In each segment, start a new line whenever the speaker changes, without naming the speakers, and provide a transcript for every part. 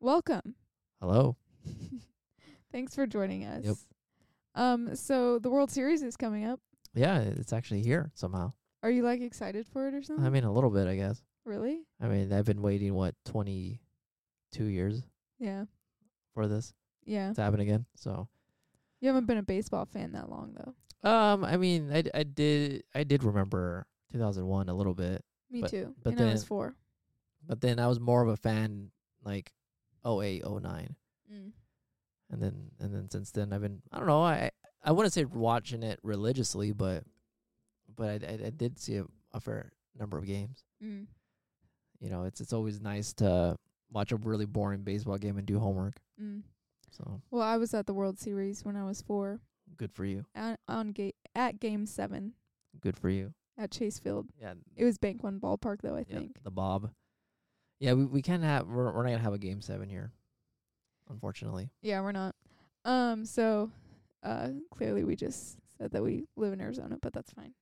Welcome.
Hello.
Thanks for joining us.
Yep.
Um, so the World Series is coming up.
Yeah, it's actually here somehow.
Are you like excited for it or something?
I mean, a little bit, I guess.
really?
I mean, I've been waiting what twenty two years
Yeah.
for this
Yeah.
to happen again. So,
You haven't been a baseball fan that long though.
um, I mean, I d I did I did remember 2001 a little bit,
Me
But-
too.
but
and I was
then-
four.
but then I was more of a fan like 08, 09.
Mm.
and then and then since then I've been I don't know I I wouldn't say watching it religiously, but but I I, I did see a, a fair number of games.
Mm.
You know, it's it's always nice to watch a really boring baseball game and do homework.
Mm.
So
Well, I was at the World Series when I was four.
good for you,
On, on ga- at game seven
good for you.
at Chase Field.
Yeah,
It was Bank One Ballpark though, I
yeah,
think.
the Bob. Yeah, we we can't have we're we're not gonna have a game seven here, unfortunately.
Yeah, we're not. Um, so uh clearly we just said that we live in Arizona, but that's fine.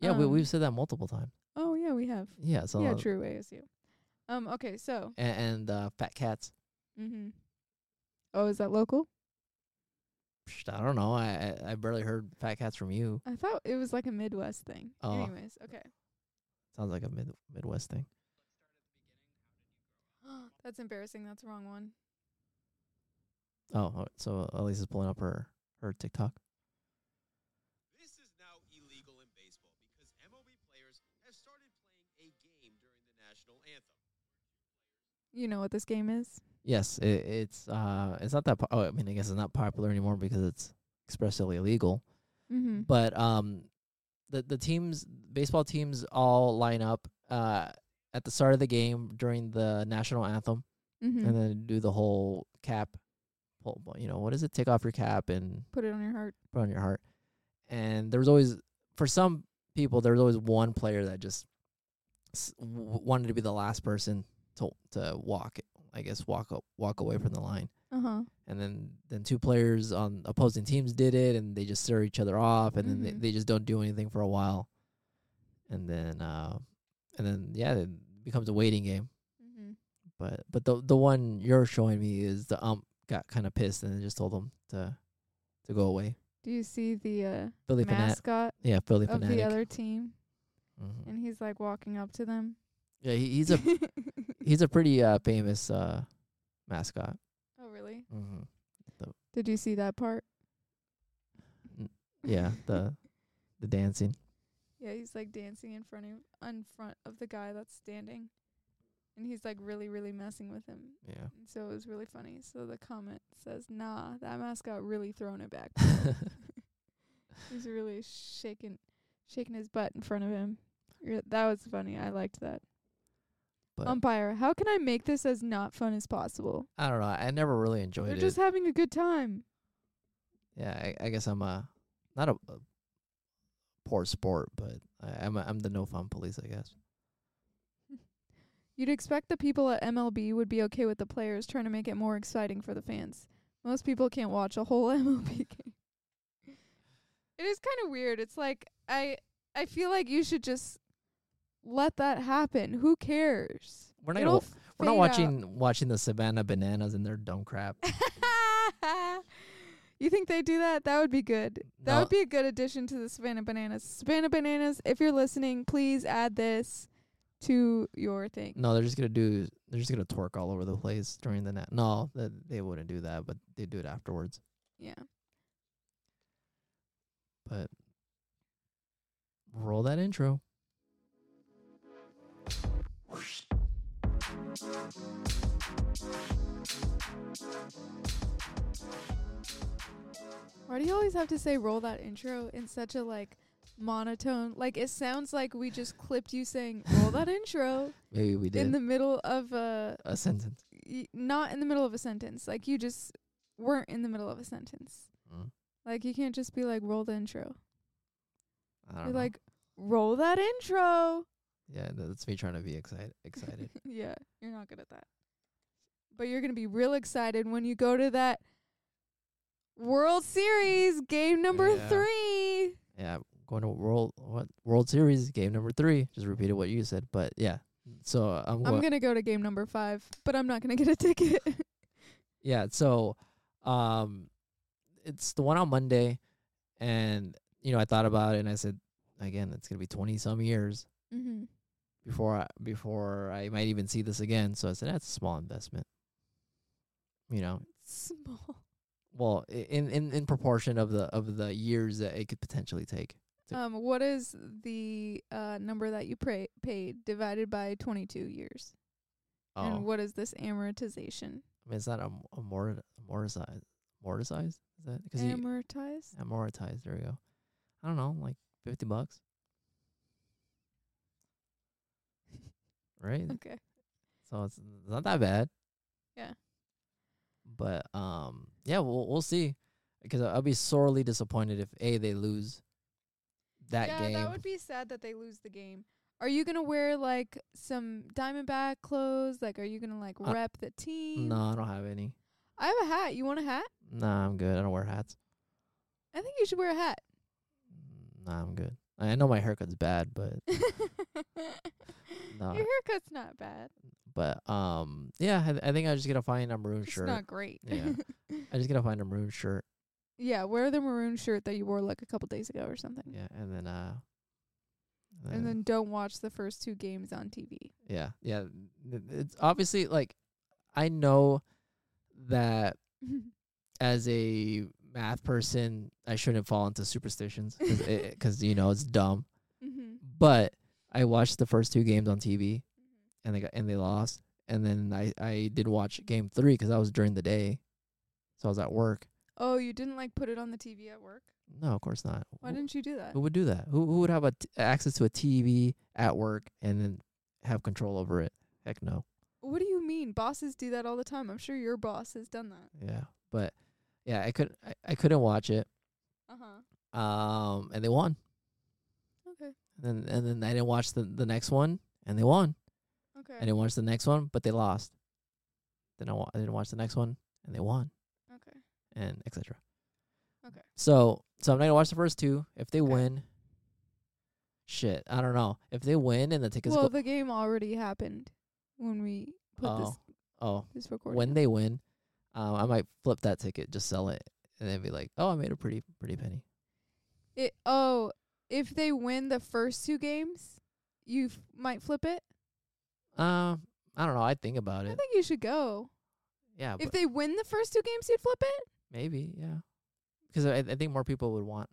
Yeah, we
Um,
we've said that multiple times.
Oh yeah, we have.
Yeah, so
yeah, true ASU. Um, okay, so
a- and, uh, fat cats.
mhm. Oh, is that local?
Psh, I don't know. I, I I barely heard fat cats from you.
I thought it was like a Midwest thing.
Oh.
Anyways, okay.
Sounds like a mid Midwest thing.
that's embarrassing, that's the wrong one.
Oh, oh, so Elise is pulling up her her TikTok.
This is now illegal in baseball because MLB players have started playing a game during the national anthem.
You know what this game is?
Yes, it, it's uh, it's not that. Po- oh, I mean, I guess it's not popular anymore because it's expressly illegal.
Mm-hmm.
But um, the the teams, baseball teams, all line up uh at the start of the game during the national anthem,
mm-hmm.
and then do the whole cap. pull- You know, what is it? Take off your cap and
Put it on your heart.
put on your heart. And there was always, for some people, there was always one player that just s- w- wanted to be the last person to to walk. I guess walk up, walk away from the line.
Uh huh.
And then then two players on opposing teams did it, and they just stir each other off, and then
Mhm.
they, they just don't do anything for a while. And then uh, and then yeah, it becomes a waiting game.
Mm-hmm.
But but the the one you're showing me is the ump got kind of pissed and just told them to to go away.
Do you see the uh
Philly Fanat
mascot
yeah, Philly
of
fanatic.
the other team?
Mhm.
And he's like walking up to them.
Yeah, he, he's a he's a pretty uh, famous uh, mascot.
oh really?
Mm-hmm.
Did you see that part?
Yeah, the the dancing.
Yeah, he's like dancing in front of in front of the guy that's standing. And he's like really, really messing with him.
Yeah.
And so it was really funny. So the comment says, Nah, that mascot really throwing it back. he's really shaking shaking his butt in front of him. Re- That was funny. I liked that.
But
Umpire, how can I make this as not fun as possible?
I don't know. I never really
They're
enjoyed Oh, it.
just having a good time.
yeah, I, I guess I'm a not a, a poor sport, but I, I'm a, I'm the no fun police, I guess.
You'd expect the people at MLB would be okay with the players trying to make it more exciting for the fans. Most people can't watch a whole MLB game. It is kind of weird. It's like I I feel like you should just let that happen. Who cares?
We're not gonna
It'll
wa- We're not
fade out.
watching watching the Savannah Bananas and their dumb crap.
you think they do that? That would be good. That
No.
would be a good addition to the Savannah Bananas. Savannah Bananas, if you're listening, please add this to your thing.
No, they're just gonna do. They're just gonna twerk all over the place during the night. No, that they wouldn't do that, but they do it afterwards.
Yeah.
But roll that intro.
Why do you always have to say roll that intro in such a like monotone? Like it sounds like we just clipped you saying roll that intro
Maybe we
in
did
the middle of a
a sentence.
y- not in the middle of a sentence. Like you just weren't in the middle of a sentence.
Mm.
Like you can't just be like roll the intro.
I don't
You're
know.
like roll that intro.
yeah, that's me trying to be excited. Excited.
yeah, you're not good at that. But you're gonna be real excited when you go to that World Series game number
Yeah.
three.
yeah, going to world what World Series game number three. Just repeated what you said, but yeah, So uh, I'm,
I'm
go-
gonna go to game number five, but I'm not gonna get a ticket.
yeah. So, um, it's the one on Monday, and you know I thought about it and I said, again, it's gonna be twenty some years
mm-hmm.
before I, before I might even see this again. So I said that's a small investment. You know,
Small.
well, i- in in in proportion of the of the years that it could potentially take. Th-
Um, what is the uh number that you pray paid divided by 22 years,
Oh,
and what is this amortization?
I mean, it's not am- amort amortized. Amortized is that because you
Amortized.
amortized? There we go. I don't know, like fifty bucks, right?
Okay.
So it's it's not that bad.
Yeah.
But um, yeah, we'll we'll see, because I'll be sorely disappointed if a they lose that
yeah,
game.
that would be sad that they lose the game. Are you gonna wear like some Diamondback clothes? Like, are you gonna like
Uh,
rep the team?
no, I don't have any.
I have a hat. You want a hat?
Nah, I'm good. I don't wear hats.
I think you should wear a hat.
Nah, I'm good. I I know my haircut's bad, but No.
Your haircut's not bad.
but um, yeah, I, th- I think I'm just gonna find a maroon
It's
shirt.
not great.
Yeah. I just gotta find a maroon shirt.
Yeah, wear the maroon shirt that you wore like a couple days ago or something.
Yeah, and then uh,
And then don't watch the first two games on TV.
yeah, yeah. th- It's obviously like I know that as a math person, I shouldn't fall into superstitions because you know it's dumb.
mm-hmm.
But I watched the first two games on TV, and they got and they lost. And then I I did watch game three 'cause that was during the day, so I was at work.
Oh, you didn't like put it on the TV at work?
No, of course not.
Why
Who-
didn't you do that?
who would do that? Who who would have a t- access to a TV at work and then have control over it? Heck no.
What do you mean? Bosses do that all the time. I'm sure your boss has done that.
Yeah, but yeah, I could I, I couldn't watch it.
Uh huh.
Um, and they won.
Okay.
And then and then I didn't watch the the next one, and they won. I
Okay.
didn't watch the next one, but they lost. Then I, wa- I didn't watch the next one, and they won,
Okay.
and etc.
Okay.
So so I'm not gonna watch the first two. If they
Okay.
win, shit, I don't know. If they win and the tickets
Well,
go,
the game already happened when we put this
oh oh,
this recording.
when
up.
they win, um, I might flip that ticket, just sell it, and then be like, "Oh, I made a pretty pretty penny."
it oh, if they win the first two games, you f- might flip it.
Um, I don't know. I'd think about
I
it.
think you should go.
Yeah,
If
but
they win the first two games, you'd flip it.
maybe yeah, because I, I think more people would want,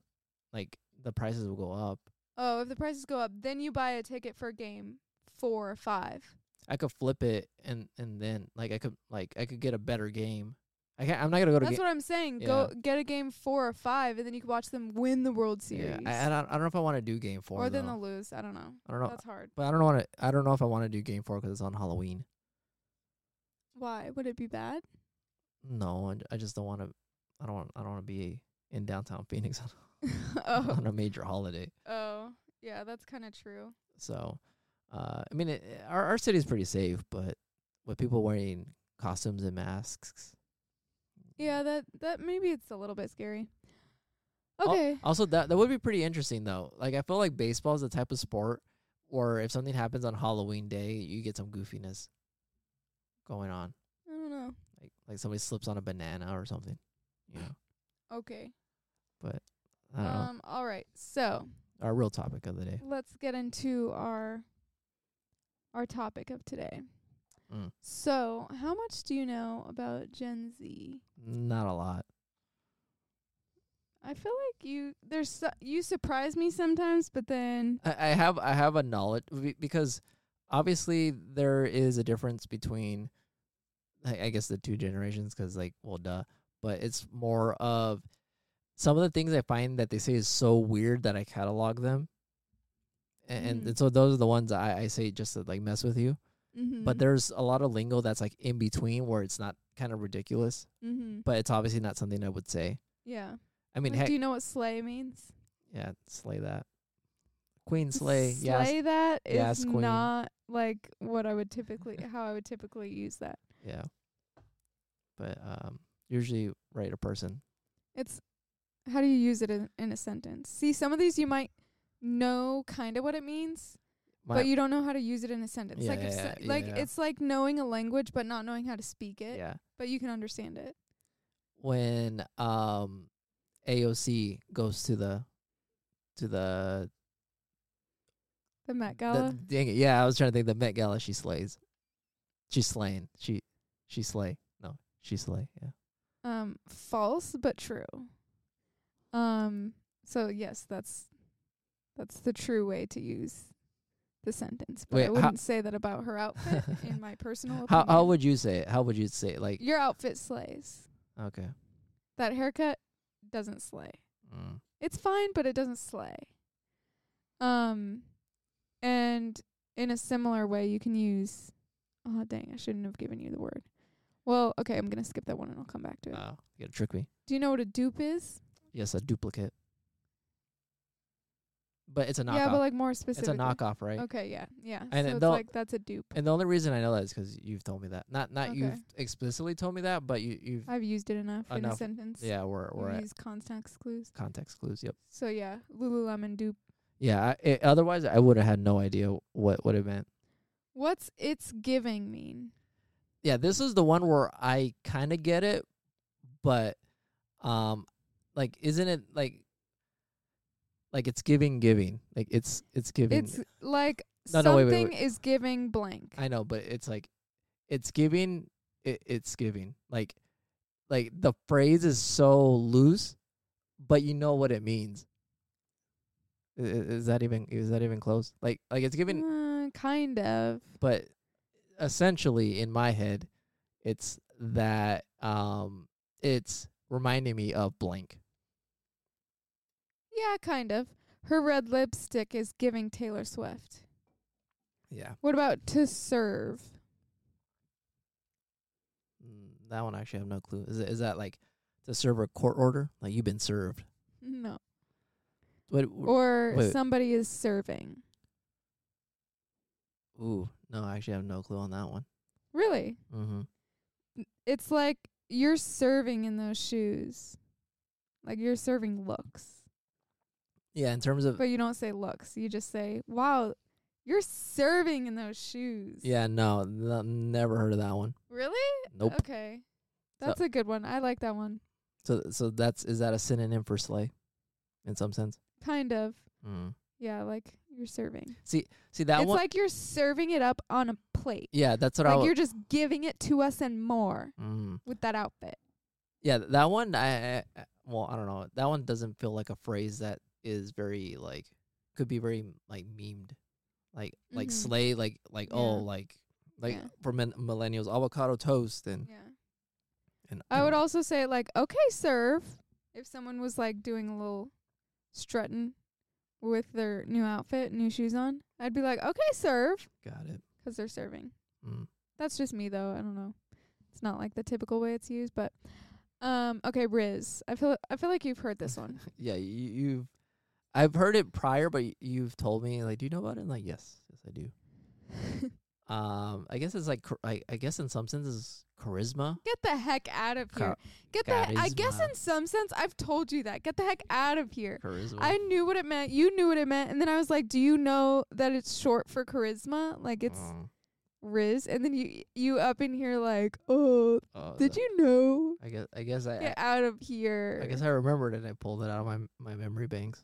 like, the prices will go up.
Oh, if the prices go up, then you buy a ticket for game four or five.
I could flip it, and and then like I could like I could get a better game. I can't, I'm not gonna go to
That's
game.
what I'm saying. Go get a game four or five, and then you can watch them win the World
Yeah,
Series,
I, I don't I don't know if I want to do game four.
or
though.
then they'll lose. I don't know.
I don't know,
That's hard.
but I don't want to. I don't know if I want to do game four 'cause it's on Halloween.
Why would it be bad?
No, I, I just don't want to. I don't. want I don't want to be in downtown Phoenix on
oh,
on a major holiday.
oh, yeah, that's kind of true.
So, uh, I mean, it, our our city's pretty safe, but with people wearing costumes and masks.
Yeah, that that maybe it's a little bit scary.
Al-
Okay.
Also, that that would be pretty interesting though. Like, I feel like baseball is the type of sport where if something happens on Halloween day, you get some goofiness going on.
I don't know.
Like, like somebody slips on a banana or something. You know,
Okay.
I don't know.
Um. All right. So
Our real topic of the day.
let's get into our our topic of today.
Mm.
So, how much do you know about Gen Z?
Not a lot.
I feel like you there's so, you surprise me sometimes, but then
I, I have I have a knowledge be- because obviously there is a difference between I, I guess the two generations because like well duh but it's more of some of the things I find that they say is so weird that I catalog them A- and and,
Mm.
so those are the ones I, I say just to like mess with you
mm-hmm,
but there's a lot of lingo that's like in between where it's not kind of ridiculous
mm-hmm.
but it's obviously not something I would say
yeah.
I mean
Like,
heck
do you know what slay means?
yeah slay that queen slay, yes
Slay that is
Yes, queen.
not like what I would typically how I would typically use that.
Yeah. But um usually write a person.
It's how do you use it in, in a sentence? See, some of these you might know kind of what it means,
My,
but you don't know how to use it in a sentence.
Yeah,
like if
yeah,
so- like
yeah.
it's like knowing a language but not knowing how to speak it,
yeah.
but you can understand it.
When um, AOC goes to the to the,
The Met Gala.
the dang it, yeah, I was trying to think the Met Gala. She slays. She's slain. She she slay. No, she slay. Yeah.
Um, false but true. Um, so yes, that's that's the true way to use the sentence. But
Wait,
I
how-
wouldn't say that about her outfit. in my personal opinion,
how how would you say it? How would you say it? Like
your outfit slays?
okay.
That haircut doesn't slay.
Mm.
It's fine, but it doesn't slay. Um, and in a similar way, you can use. Oh dang! I shouldn't have given you the word. Well, okay, I'm gonna skip that one and I'll come back to it.
Oh, you gotta trick me.
Do you know what a dupe is?
Yes, a duplicate. But it's a knockoff.
Yeah, but like more
it's
specifically.
a knockoff, right?
Okay, yeah, yeah.
And
so
it
it's
don't-
like that's a dupe.
And the only reason I know that is 'cause you've told me that. Not not you've
Okay.
explicitly told me that, but you you've
I've used it enough, in a
Enough.
sentence.
yeah we're
we
we're at
use context clues.
context clues. Yep.
So yeah, Lululemon dupe.
Yeah. I, it, otherwise, I would have had no idea what what it meant.
What's it's giving mean?
Yeah, this is the one where I kind of get it, but um, like isn't it like like it's giving giving like it's it's giving.
It's like
No, no,
something
wait, wait, wait.
is giving blank.
I know, but it's like it's giving it, it's giving. Like like the phrase is so loose, but you know what it means. I- i- Is that even is that even close? Like like it's giving
Uh, kind of.
but essentially in my head it's that um it's reminding me of blank.
Yeah, kind of. Her red lipstick is giving Taylor Swift.
Yeah.
What about to serve?
Mm, That one I actually have no clue. Is it, is that like to serve a court order? Like you've been served.
No.
What
Or
wait.
somebody is serving.
ooh, no, I actually have no clue on that one.
Really?
Mhm.
It's like you're serving in those shoes. Like you're serving looks.
Yeah, in terms of
But you don't say looks. You just say, wow, you're serving in those shoes.
yeah, no, no, never heard of that one.
Really?
Nope.
Okay. That's a good one. I like that one.
So so that's is that a synonym for slay, in some sense?
Kind of.
Mm.
Yeah, like you're serving.
See that
it's
one?
like you're serving it up on a plate.
yeah, that's what I.
Like
wa-
you're just giving it to us and more
mm.
with that outfit.
Yeah, th- that one. I, I I- well, I don't know. That one doesn't feel like a phrase that is very like could be very like memed, like like
Mhm.
slay, like like oh
Yeah.
like like
Yeah.
for men- millennials avocado toast and
Yeah.
and oh,
I would
and-
also say like, okay, serve. If someone was like doing a little strutting with their new outfit, new shoes on, I'd be like, okay, serve,
got it.
'cause they're serving.
Mm.
That's just me though. I don't know. It's not like the typical way it's used, but um, okay, Riz. I feel I feel like you've heard this one.
Yeah, you, you've. I've heard it prior, but y- you've told me like, do you know about it? I'm like, yes, yes, I do. Um, I guess it's like char- I, I guess in some senses charisma.
Get the heck out of here.
Char-
Get the he- I guess
charisma.
in some sense I've told you that. Get the heck out of here.
Charisma.
I knew what it meant. You knew what it meant. And then I was like, "Do you know that it's short for charisma? Like it's
Mm,
Riz." And then you you up in here like, "Oh,
uh,
did
the-
you know?
I guess I guess I,
Get out of here."
I I guess I remembered it. and I pulled it out of my my memory banks.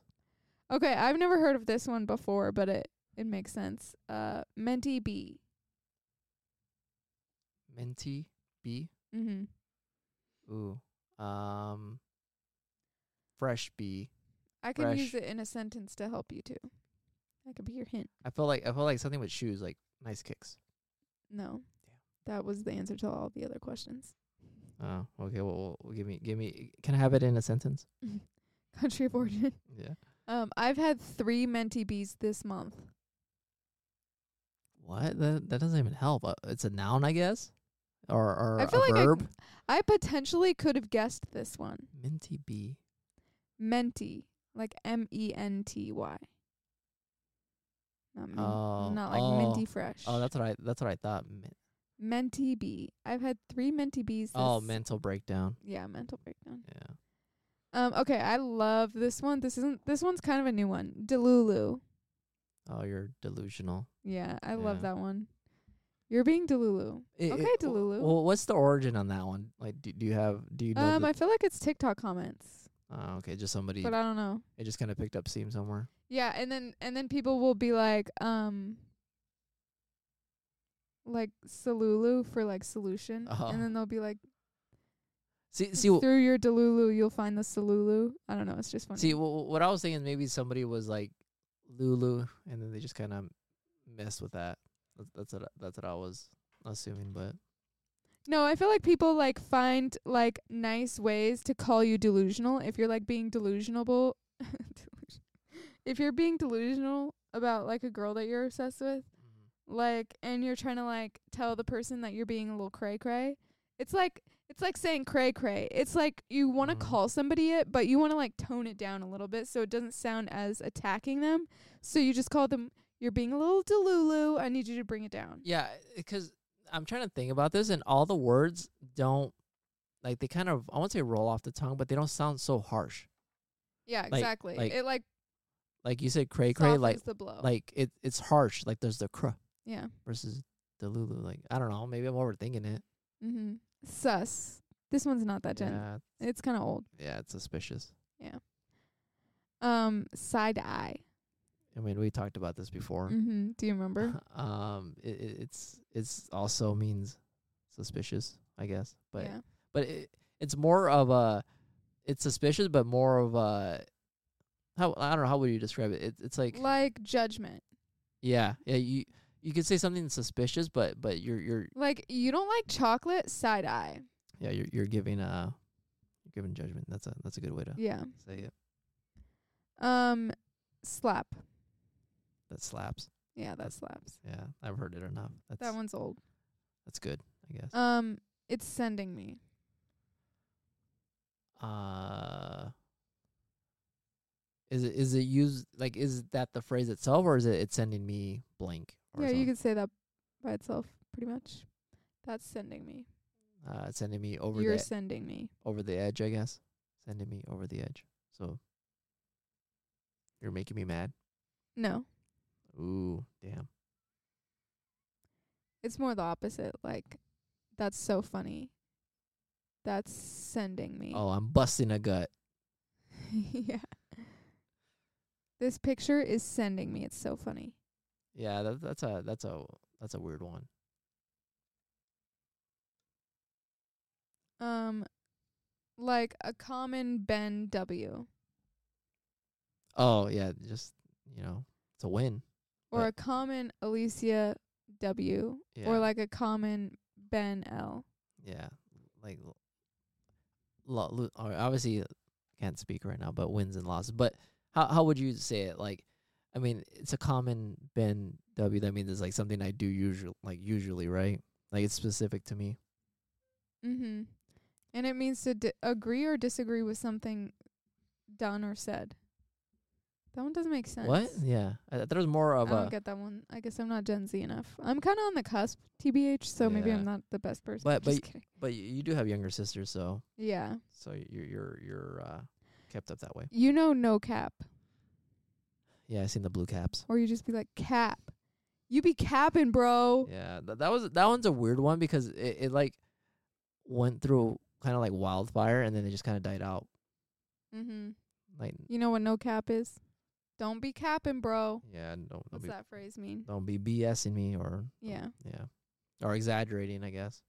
Okay, I've never heard of this one before, but it it makes sense. Uh, menti B.
Menti B.
Mhm.
Ooh. Um. Fresh B.
I could use
Fresh.
it in a sentence to help you too. That could be your hint.
I felt like I felt like something with shoes, like nice kicks.
No. That was the answer to all the other questions.
Oh, okay. Well, well, well, give me, give me. Can I have it in a sentence?
Country of origin.
Yeah.
Um, I've had three menti bees this month.
What? That that doesn't even help. Uh, It's a noun, I guess, or or
I feel
a
like I-
verb.
I potentially could have guessed this one.
Minty B.
Menti, like M E N T Y. Not, men-
Oh,
not like
oh.
minty fresh.
Oh, that's what I. That's what I thought. Min-
menti bee. I've had three menti bees. This
oh, mental breakdown.
Yeah, mental breakdown.
Yeah.
Um, okay, I love this one. This isn't. This one's kind of a new one. Delulu.
Oh, you're delusional.
Yeah, I love
Yeah.
that one. You're being Delulu.
I-
Okay,
I-
Delulu.
Well, what's the origin on that one? Like, do, do you have? Do you know?
um,
the-
I feel like it's TikTok comments,
oh, okay, just somebody.
but I don't know.
it just kind of picked up steam somewhere.
Yeah, and then and then people will be like, um, like Salulu for like solution,
Oh.
and then they'll be like,
See, see, w-
through your Delulu, you'll find the Salulu. I don't know. It's just funny.
see. W- what I was thinking, maybe somebody was like Lulu, and then they just kind of messed with that. That's, that's what I- that's what I was assuming, but
No, I feel like people like find like nice ways to call you delusional if you're like being delusionable. delusion- if you're being delusional about like a girl that you're obsessed with,
Mm-hmm.
like and you're trying to like tell the person that you're being a little cray cray. It's like it's like saying cray cray. It's like you want to
Mhm.
call somebody it, but you want to like tone it down a little bit so it doesn't sound as attacking them. So you just call them you're being a little delulu. I need you to bring it down.
Yeah, because I'm trying to think about this, and all the words don't like they kind of I won't say roll off the tongue, but they don't sound so harsh.
Yeah,
Like-
exactly.
like
it like
Like you said, cray cray, like
softens the blow.
like it it's harsh. Like there's the cr
Yeah.
versus the lulu. Like I don't know, maybe I'm overthinking it.
Mm-hmm. Sus. This one's not that gen.
Yeah,
It's kind of old.
yeah, it's suspicious.
Um, side eye.
I mean, we talked about this before.
Mm-hmm. Do you remember?
um, it, it, it's it's also means suspicious, I guess, but
yeah.
but it, it's more of a it's suspicious but more of a how i don't know how would you describe it, it it's like
Like judgment.
yeah yeah you you could say something suspicious but but you're you're
Like you don't like chocolate. Side eye.
yeah you're you're giving uh you're giving judgment that's a that's a good way to
Yeah.
say it
Um, slap.
that slaps
Yeah, that slaps.
yeah i've heard it enough that's
That one's old.
that's good i guess
Um, it's sending me.
uh is it is it used like is that the phrase itself or is it it's sending me blank or
yeah, you
something?
could say that by itself, pretty much. That's sending me.
uh it's sending me over
You're
the
sending me.
over the edge, I guess. Sending me over the edge. So you're making me mad.
No,
Ooh, damn.
it's more the opposite. Like, that's so funny. That's sending me.
Oh, I'm busting a gut.
yeah. This picture is sending me. It's so funny.
Yeah, that, that's a that's a that's a weird one.
Um, like a common Ben W
Oh yeah, just you know, it's a win.
or
Right.
a common Alicia W
Yeah,
or like a common Ben L.
yeah, like l- lo- lo- or obviously uh, can't speak right now, but wins and losses. But how how would you say it? Like, I mean, it's a common Ben W. That means it's like something I do usually, like usually, right? Like it's specific to me.
Mhm. And it means to di- agree or disagree with something done or said. That one doesn't make sense.
What? Yeah, I, I thought it was more
I
of
don't
a.
get that one. I guess I'm not Gen Z enough. I'm kind of on the cusp, TBH, so maybe
Yeah.
I'm not the best person.
But- but
Just
y-
kidding.
But you, you do have younger sisters, so
yeah,
so you're you're you're uh, kept up that way.
you know, no cap.
Yeah, I seen the blue caps.
or you just be like cap you be capping bro
Oh. Yeah, th- that was that one's a weird one because it, it like went through kind of like wildfire and then it just kind of died out.
mm-hmm.
Like
you know what no cap is don't be capping bro
yeah, don't don't
what's
be
that phrase mean
don't be BSing me or
yeah
yeah or exaggerating, I guess.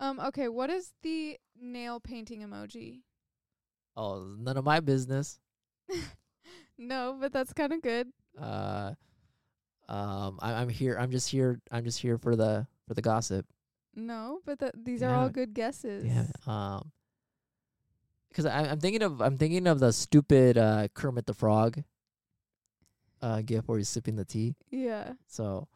um okay what is the nail painting emoji
Oh, none of my business.
no but that's kind of good
Uh, um, I, I'm here. I'm just here. I'm just here for the for the gossip.
no but th- these are
Damn
all
it.
good guesses
Yeah. Um, because I'm thinking of I'm thinking of the stupid uh, Kermit the Frog uh, gif where he's sipping the tea.
yeah
So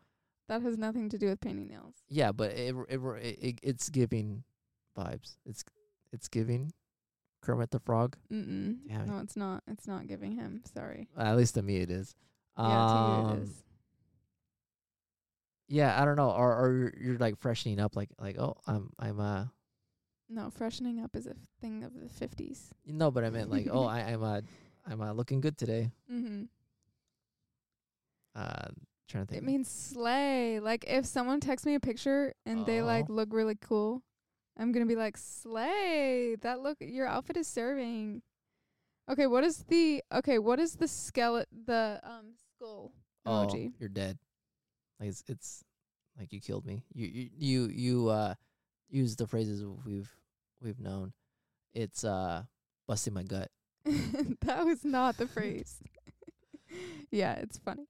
that has nothing to do with painting nails
yeah, but it it, it, it it's giving vibes. It's it's giving Kermit the Frog.
Mm-mm.
Damn it.
no it's not it's not giving him sorry
At least to me it is.
yeah to you it
Um,
is
Yeah, I don't know. Or or you're, you're like freshening up, like like oh I'm I'm uh
no freshening up is a thing of the 50s
no, but I meant like oh I I'm uh I'm uh looking good today.
mm-hmm
Uh, trying to think.
It means slay. Like if someone texts me a picture and they like
Oh.
look really cool, I'm gonna be like slay. That look, your outfit is serving. Okay, what is the okay? What is the skeleton? The um skull
oh,
emoji.
you're dead. Like it's it's like you killed me. You you you you uh use the phrases we've we've known. It's uh busting my gut.
that was not the phrase. yeah, it's funny.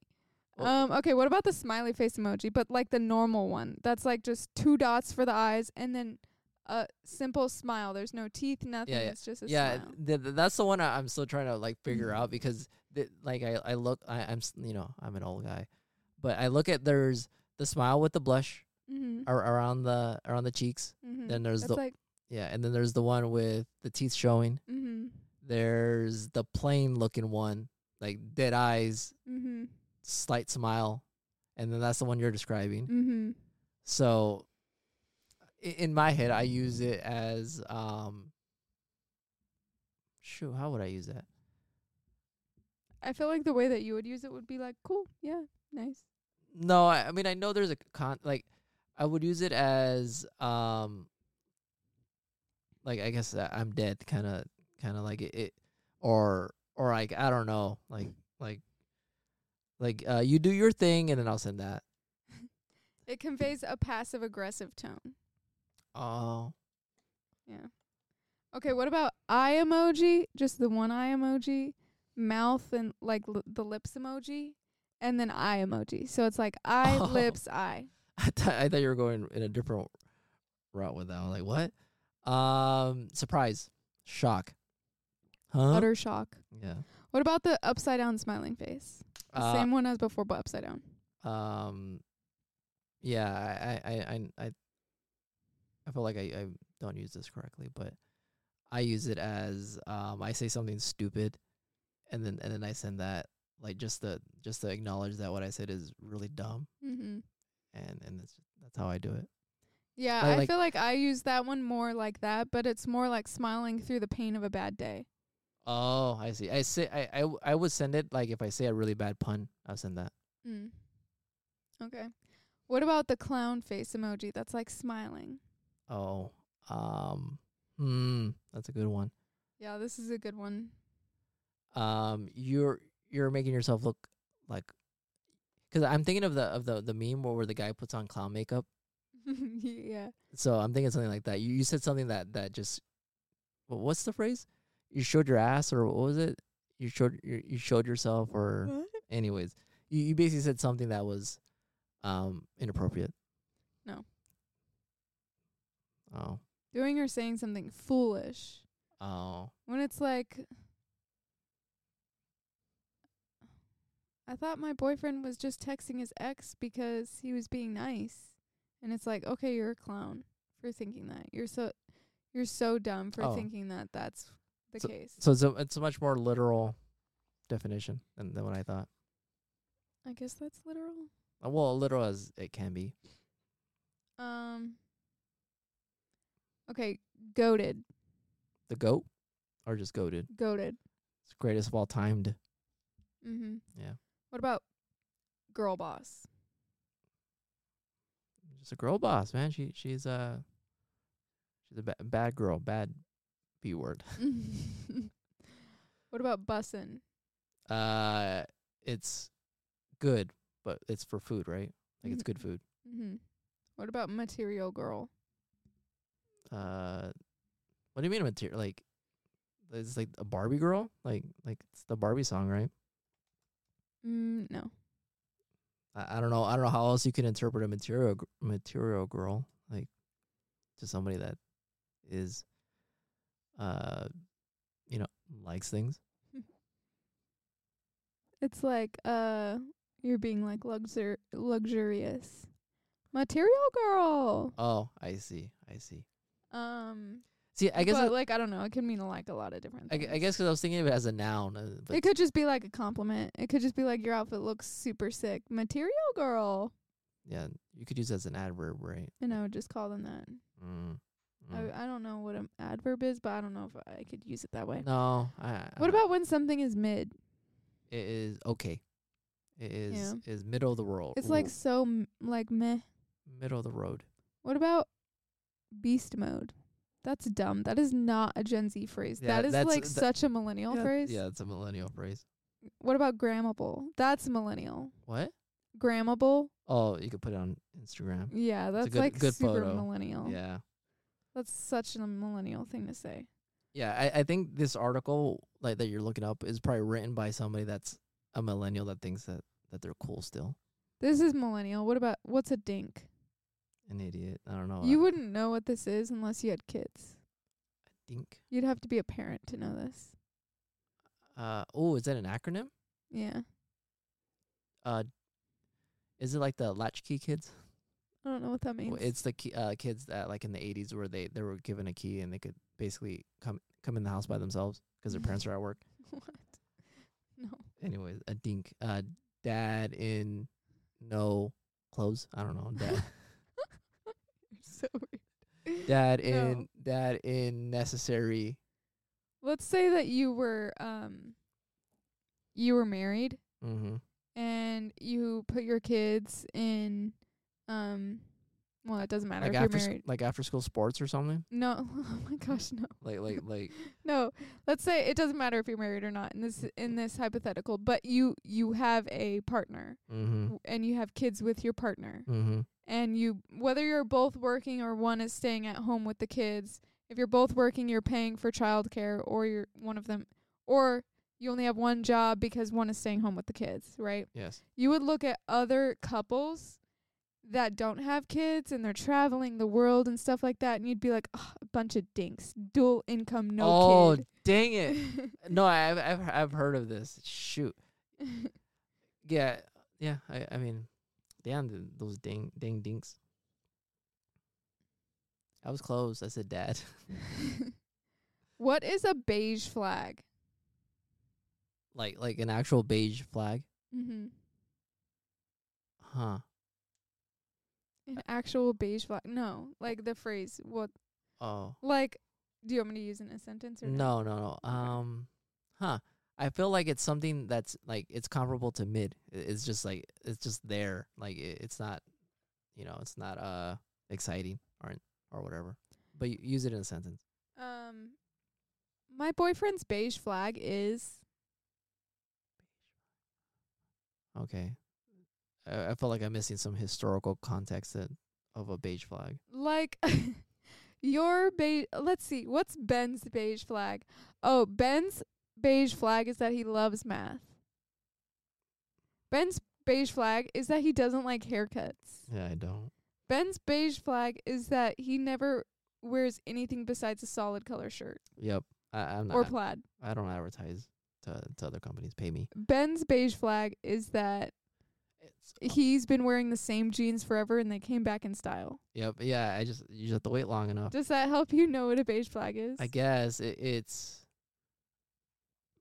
Well-
um, okay, what about the smiley face emoji, but like the normal one? That's like just two dots for the eyes and then a simple smile. There's no teeth, nothing.
yeah.
It's just a
yeah,
smile. Mm.
th- th- that's the one I, I'm still trying to like figure out because th- like I I look I, I'm s you know I'm an old guy, but I look at there's the smile with the blush
Mm-hmm.
ar- around the around the cheeks.
Mm-hmm.
Then there's
That's
the
like,
yeah, and then there's the one with the teeth showing.
mm-hmm,
There's the plain looking one, like dead eyes,
mm-hmm,
slight smile, and then that's the one you're describing.
mm-hmm.
So i- in my head, I use it as um. Shoot, how would I use that?
I feel like the way that you would use it would be like, cool, yeah, nice.
No, I, I mean I know there's a con like I would use it as um like I guess I- I'm dead kind of kind of like it, it or or like I don't know like like like uh you do your thing and then I'll send that.
It conveys a passive aggressive tone.
Oh.
Yeah. Okay, what about eye emoji? Just the one eye emoji, mouth and like l- the lips emoji, and then eye emoji. So it's like eye,
Oh.
lips, eye.
I thought I thought you were going in a different route with that. one. like what? Um surprise. Shock. Huh?
Utter shock.
yeah.
What about the upside down smiling face? The
Uh,
same one as before, but upside down.
um yeah i i i i, I- I feel like I, I don't use this correctly but i use it as um i say something stupid and then and then i send that like just to just to acknowledge that what i said is really dumb
Mm-hmm.
and and that's that's how i do it
Yeah,
Like-
I
like-
feel like I use that one more like that, but it's more like smiling through the pain of a bad day.
oh i see i say i i, w- I would send it like if i say a really bad pun i'll send that
Mm. Okay. What about the clown face emoji that's like smiling?
oh um hmm that's a good one
Yeah, this is a good one.
um you're you're making yourself look like because i'm thinking of the of the the meme where, where the guy puts on clown makeup
yeah.
so i'm thinking something like that you, you said something that that just wha- what's the phrase you showed your ass or what was it you showed you, you showed yourself or anyways you, you basically said something that was um inappropriate
No.
oh
Doing or saying something foolish.
oh
When it's like, I thought my boyfriend was just texting his ex because he was being nice. And it's like, okay, you're a clown for thinking that. You're so you're so dumb for
Oh.
thinking that that's the case.
so it's a, it's a much more literal definition than, than what i thought
I guess that's literal.
Uh, well literal as it can be
Um Okay, goaded.
the goat or just goaded
Goaded.
it's greatest of all time to-
Mhm.
Yeah.
What about girl boss?
just a girl boss man she she's uh she's a ba- bad girl bad b word
what about bussin'?
uh it's good but it's for food right like it's
Mhm.
good food
Mm-hmm. What about material girl?
uh what do you mean material like it's like a barbie girl like like it's the barbie song right
Mm, no.
i, I don't know i don't know how else you can interpret a material gr- material girl like to somebody that is uh you know likes things
It's like uh you're being like luxur luxurious. Material girl.
Oh, I see. I see.
Um
See, I guess
but,
I,
like I don't know, it could mean like a lot of different
I,
things.
gu- I guess 'cause I was thinking of it as a noun. uh, But
it could just be like a compliment. It could just be like your outfit looks super sick. Material girl.
yeah, you could use it as an adverb, right?
And I would just call them that.
Mm, mm.
I I don't know what an adverb is, but I don't know if I could use it that way.
no. I, I
What
don't-
about when something is mid?
it is okay? It is is middle of the world.
It's like
w-
so m- like meh.
middle of the road.
What about beast mode? That's dumb. That is not a Gen Z phrase.
Yeah,
that is
that's-
like
that-
such a millennial
yeah,
phrase.
Yeah, it's a millennial phrase.
What about grammable? That's millennial.
What?
Grammable?
Oh, you could put it on Instagram.
Yeah, that's
good-
like
good
super
photo.
millennial.
Yeah.
That's such a millennial thing to say.
Yeah, I, I think this article like that you're looking up is probably written by somebody that's a millennial that thinks that, that they're cool still.
This is millennial. What about what's a dink?
An idiot. Oh, I don't know.
You
I
wouldn't know what this is unless you had kids.
think.
You'd have to be a parent to know this.
Uh oh, is that an acronym?
Yeah.
Uh is it like the latchkey kids?
I don't know what that
Well,
means.
It's the ki- uh, kids that like in the 80s where they they were given a key and they could basically come come in the house by themselves because their
Mm-hmm.
parents are at work.
what? No.
Anyways, a dink. Uh dad in no clothes. I don't know. Dad.
You're so weird.
dad
No.
in dad in necessary
Let's say that you were um you were married
mm-hmm.
and you put your kids in um well, it doesn't matter
like
if you're
after sc-
married.
like after school sports or something
No, oh my gosh, no.
like like like
No, let's say it doesn't matter if you're married or not in this in this hypothetical, but you you have a partner
mm-hmm.
w- and you have kids with your partner
Mm-hmm.
and you whether you're both working or one is staying at home with the kids, if you're both working you're paying for childcare or you're one of them or you only have one job because one is staying home with the kids, right?
yes
You would look at other couples that don't have kids and they're traveling the world and stuff like that and you'd be like, oh, a bunch of dinks, dual income, no
oh
kid.
dang it no I've, I've i've heard of this shoot yeah yeah i i mean damn th- those ding ding dinks i was close i said dad
what is a beige flag?
like like an actual beige flag
Mm-hmm.
huh
An actual beige flag? No, like the phrase. What?
oh
Like, do you want me to use it in a sentence or not?
no no no um huh i feel like it's something that's like it's comparable to mid I- it's just like it's just there like it, it's not you know it's not uh exciting or or whatever but you use it in a sentence
Um, my boyfriend's beige flag is.
okay i, I feel like i'm missing some historical context that, of a beige flag
like your beige let's see what's ben's beige flag oh ben's beige flag is that he loves math ben's beige flag is that he doesn't like haircuts
yeah i don't
ben's beige flag is that he never wears anything besides a solid color shirt
yep I, i'm
or
not
plaid
i don't advertise to, to other companies pay me
ben's beige flag is that
it's,
he's been wearing the same jeans forever and they came back in style
yep yeah i just you just have to wait long enough
does that help you know what a beige flag is
I guess it, it's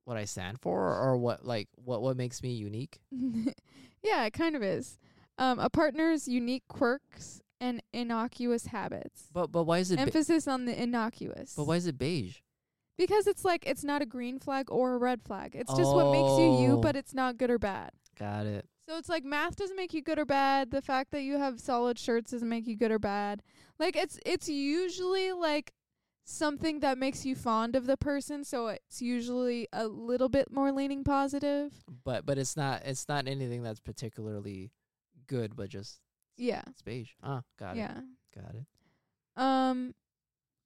what I stand for, or what like what what makes me unique.
yeah, it kind of is. Um, a partner's unique quirks and innocuous habits.
But but why is it? Be-
Emphasis on the innocuous.
but why is it beige?
Because it's like it's not a green flag or a red flag. It's just what makes you you,
Oh.
but it's not good or bad.
Got it.
So it's like math doesn't make you good or bad. The fact that you have solid shirts doesn't make you good or bad. Like it's it's usually like something that makes you fond of the person, so it's usually a little bit more leaning positive.
But but it's not it's not anything that's particularly good, but just
Yeah.
it's beige. Ah, got
yeah.
it. Got it.
Um,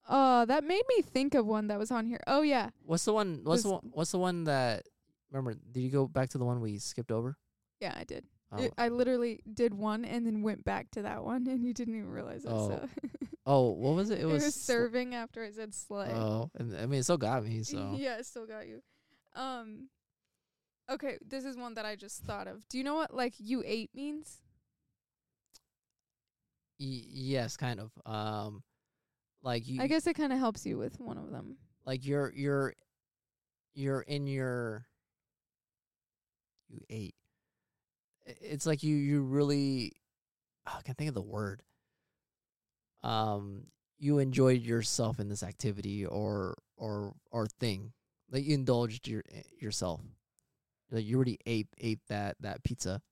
oh, that made me think of one that was on here. Oh yeah,
What's the one? What's the
This-
one? What's the one that? Remember? Did you go back to the one we skipped over?
yeah, I did.
Oh,
It- I literally did one and then went back to that one, and you didn't even realize it.
Oh,
so
oh what was it?
it
It
was,
was sl-
serving after I said slay.
Oh, and I mean, it still got me. So
yeah, it still got you. Um, okay, this is one that I just thought of. Do you know what like you ate means?
Y- yes, kind of. Um, like you.
I guess it kind of helps you with one of them.
like you're you're you're in your you ate I- it's like you you really oh, i can't think of the word um you enjoyed yourself in this activity or or or thing like you indulged your eh, yourself Like you already ate ate that that pizza.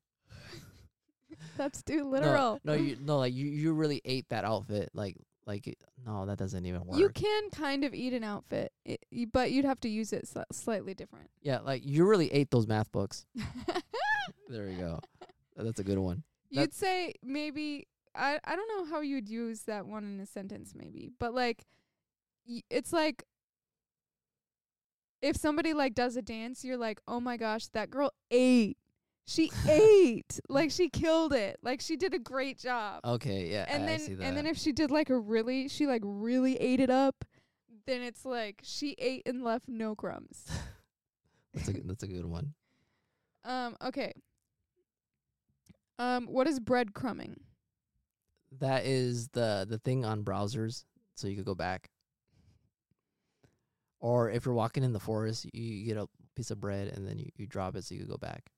That's too literal.
No, no, you no like you you really ate that outfit. Like like it- no, that doesn't even work.
You can kind of eat an outfit, it, y- but you'd have to use it sli- slightly different.
yeah, like you really ate those math books. There we go. That's a good one.
You'd say maybe I I don't know how you'd use that one in a sentence maybe, but like y- it's like if somebody like does a dance, you're like, "Oh my gosh, that girl ate. She ate. Like she killed it. Like she did a great job."
Okay, yeah,
and
Oh, I, I
then
see that.
and then if she did like a really she like really ate it up, then it's like she ate and left no crumbs.
that's a good- that's a good one.
Um okay. Um what is breadcrumbing?
That is the the thing on browsers, so you could go back. Or if you're walking in the forest, you- you get a piece of bread and then you, you drop it so you could go back.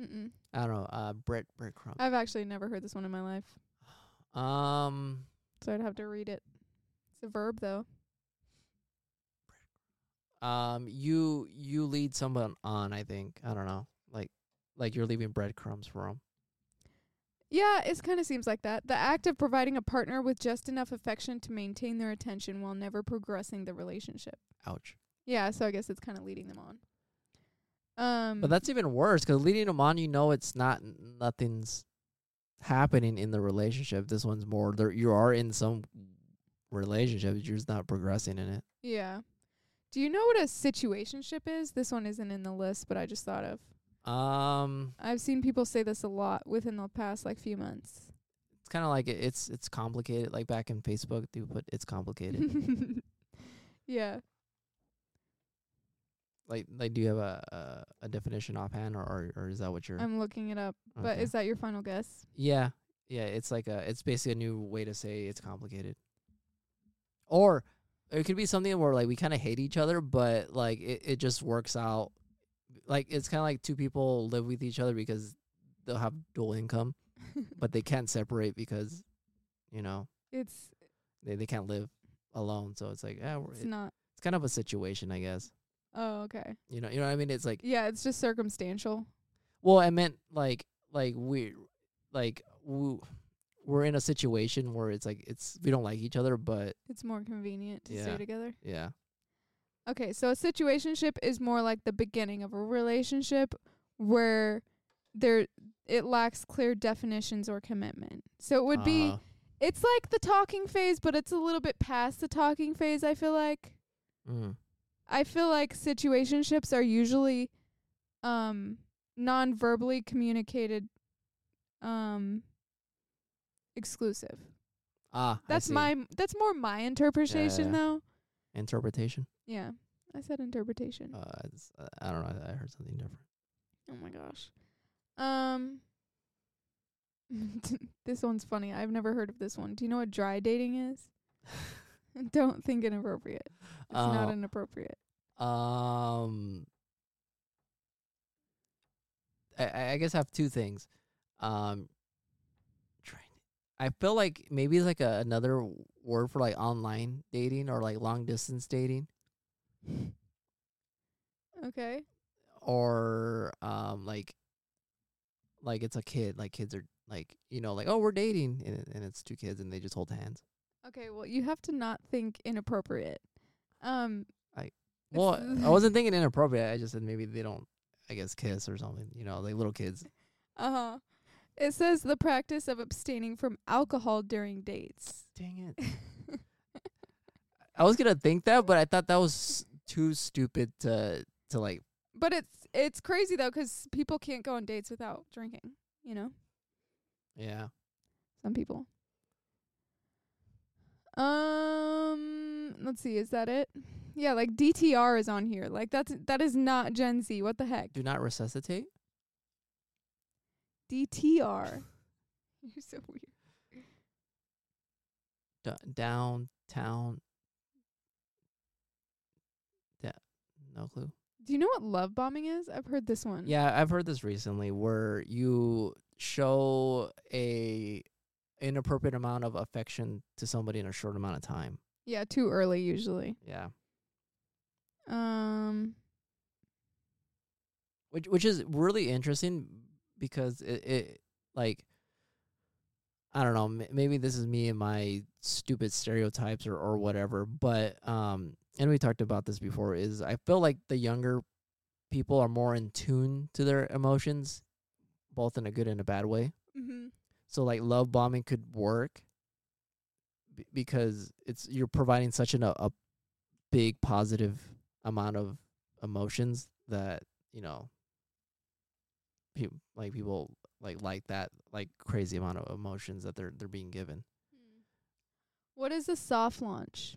Mm-mm.
I don't know, uh, bread breadcrumb.
I've actually never heard this one in my life,
Um,
so I'd have to read it. It's a verb, though.
um, you you lead someone on. I think I don't know, like like you're leaving breadcrumbs for 'em.
Yeah, it kind of seems like that. The act of providing a partner with just enough affection to maintain their attention while never progressing the relationship.
Ouch.
Yeah, so I guess it's kind of leading them on. Um,
But that's even worse 'cause leading them on, you know, it's not nothing's happening in the relationship. This one's more there. You are in some relationship, you're just not progressing in it.
yeah. Do you know what a situationship is? This one isn't in the list, but I just thought of.
Um,
I've seen people say this a lot within the past like few months.
it's kind of like it, it's it's complicated. Like back in Facebook, they would put it's
Mm-hmm.
complicated.
yeah.
like like, do you have a a, a definition offhand, or, or or is that what you're?
I'm looking it up, but
Oh, okay.
is that your final guess?
Yeah. Yeah, it's like a it's basically a new way to say it's complicated. Or it could be something where like we kind of hate each other, but like it, it just works out. Like it's kind of like two people live with each other because they'll have dual income, but they can't separate because you know,
It's
they, they can't live alone. So it's like, yeah, we're,
it's
it-
not.
it's kind of a situation, I guess.
Oh, okay.
You know, you know what I mean? It's like
Yeah, it's just circumstantial.
Well, I meant like like we like we we're in a situation where it's like it's we don't like each other, but
It's more convenient to
Yeah.
stay together.
yeah,
Okay, so a situationship is more like the beginning of a relationship where there it lacks clear definitions or commitment. So it would be
Uh-huh.
it's like the talking phase, but it's a little bit past the talking phase, I feel like.
mm,
I feel like situationships are usually um non-verbally communicated um exclusive.
ah, I
That's
see.
my that's more my interpretation
yeah.
though.
interpretation.
Yeah. I said interpretation.
Uh, it's, uh, I don't know. I heard something different.
Oh my gosh. Um This one's funny. I've never heard of this one. Do you know what dry dating is? Don't think inappropriate. It's not
Uh,
inappropriate.
Um, I- I, I guess I have two things. Um, trying. I feel like maybe it's like a, another word for like online dating or like long distance dating.
Okay.
or um like like it's a kid like kids are like you know like oh we're dating and, it- and it's two kids and they just hold hands
Okay, well you have to not think inappropriate. Um It's-
well i wasn't thinking inappropriate i just said maybe they don't i guess kiss or something you know like little kids
Uh huh. It says the practice of abstaining from alcohol during dates.
dang it i was gonna think that but i thought that was too stupid to to like
but it's it's crazy though, 'cause people can't go on dates without drinking. You know,
yeah
some people. Um, let's see, is that it? Yeah, like DTR is on here. Like that's that is not Gen Z. What the heck?
do not resuscitate
DTR. You're so weird.
D- downtown yeah no clue
Do you know what love bombing is? I've heard this one.
Yeah, I've heard this recently where you show a inappropriate amount of affection to somebody in a short amount of time.
Yeah, too early usually.
Yeah.
Um.
which which is really interesting because it, it like I don't know m- maybe this is me and my stupid stereotypes or or whatever but um and we talked about this before is I feel like the younger people are more in tune to their emotions both in a good and a bad way
Mm-hmm.
so like love bombing could work b- because it's you're providing such an, a, a big positive amount of emotions that you know people like people like like that like crazy amount of emotions that they're they're being given.
hmm. What is a soft launch?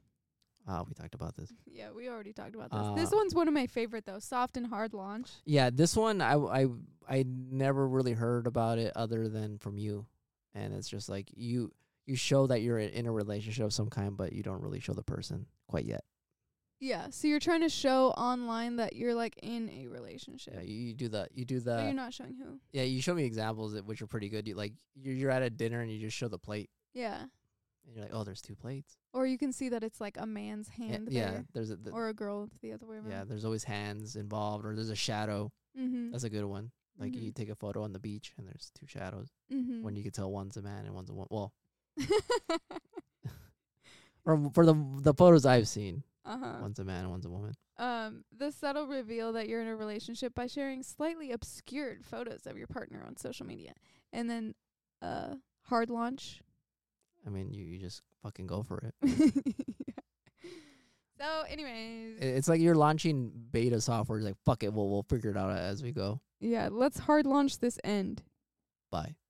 Uh, we talked about this.
Yeah, we already talked about this. this
Uh,
one's one of my favorite though. Soft and hard launch.
Yeah, this one I w- I w- I never really heard about it other than from you, and it's just like you you show that you're in a relationship of some kind, but you don't really show the person quite yet.
Yeah. So you're trying to show online that you're like in a relationship.
Yeah, you, you do the you do
but
the
you're not showing who.
yeah. You show me examples that, which are pretty good. You like you're, you're at a dinner and you just show the plate,
Yeah.
and you're like, oh, there's two plates.
Or you can see that it's like a man's
Yeah,
hand
Eh, yeah,
there.
there's a th-
Or a girl the other way around.
yeah, there's always hands involved, or there's a shadow.
Mm-hmm.
That's a good one. Like you
Mhm.
take a photo on the beach and there's two shadows.
mm-hmm.
When you can tell one's a man and one's a woman. Well, or for the the photos I've seen,
uh-huh.
one's a man and one's a woman.
Um, the subtle reveal that you're in a relationship by sharing slightly obscured photos of your partner on social media. And then uh hard launch
I mean, you you just fucking go for it.
So, anyways,
I- It's like you're launching beta software. It's like fuck it, we'll we'll figure it out as we go.
yeah, let's hard launch this end.
Bye.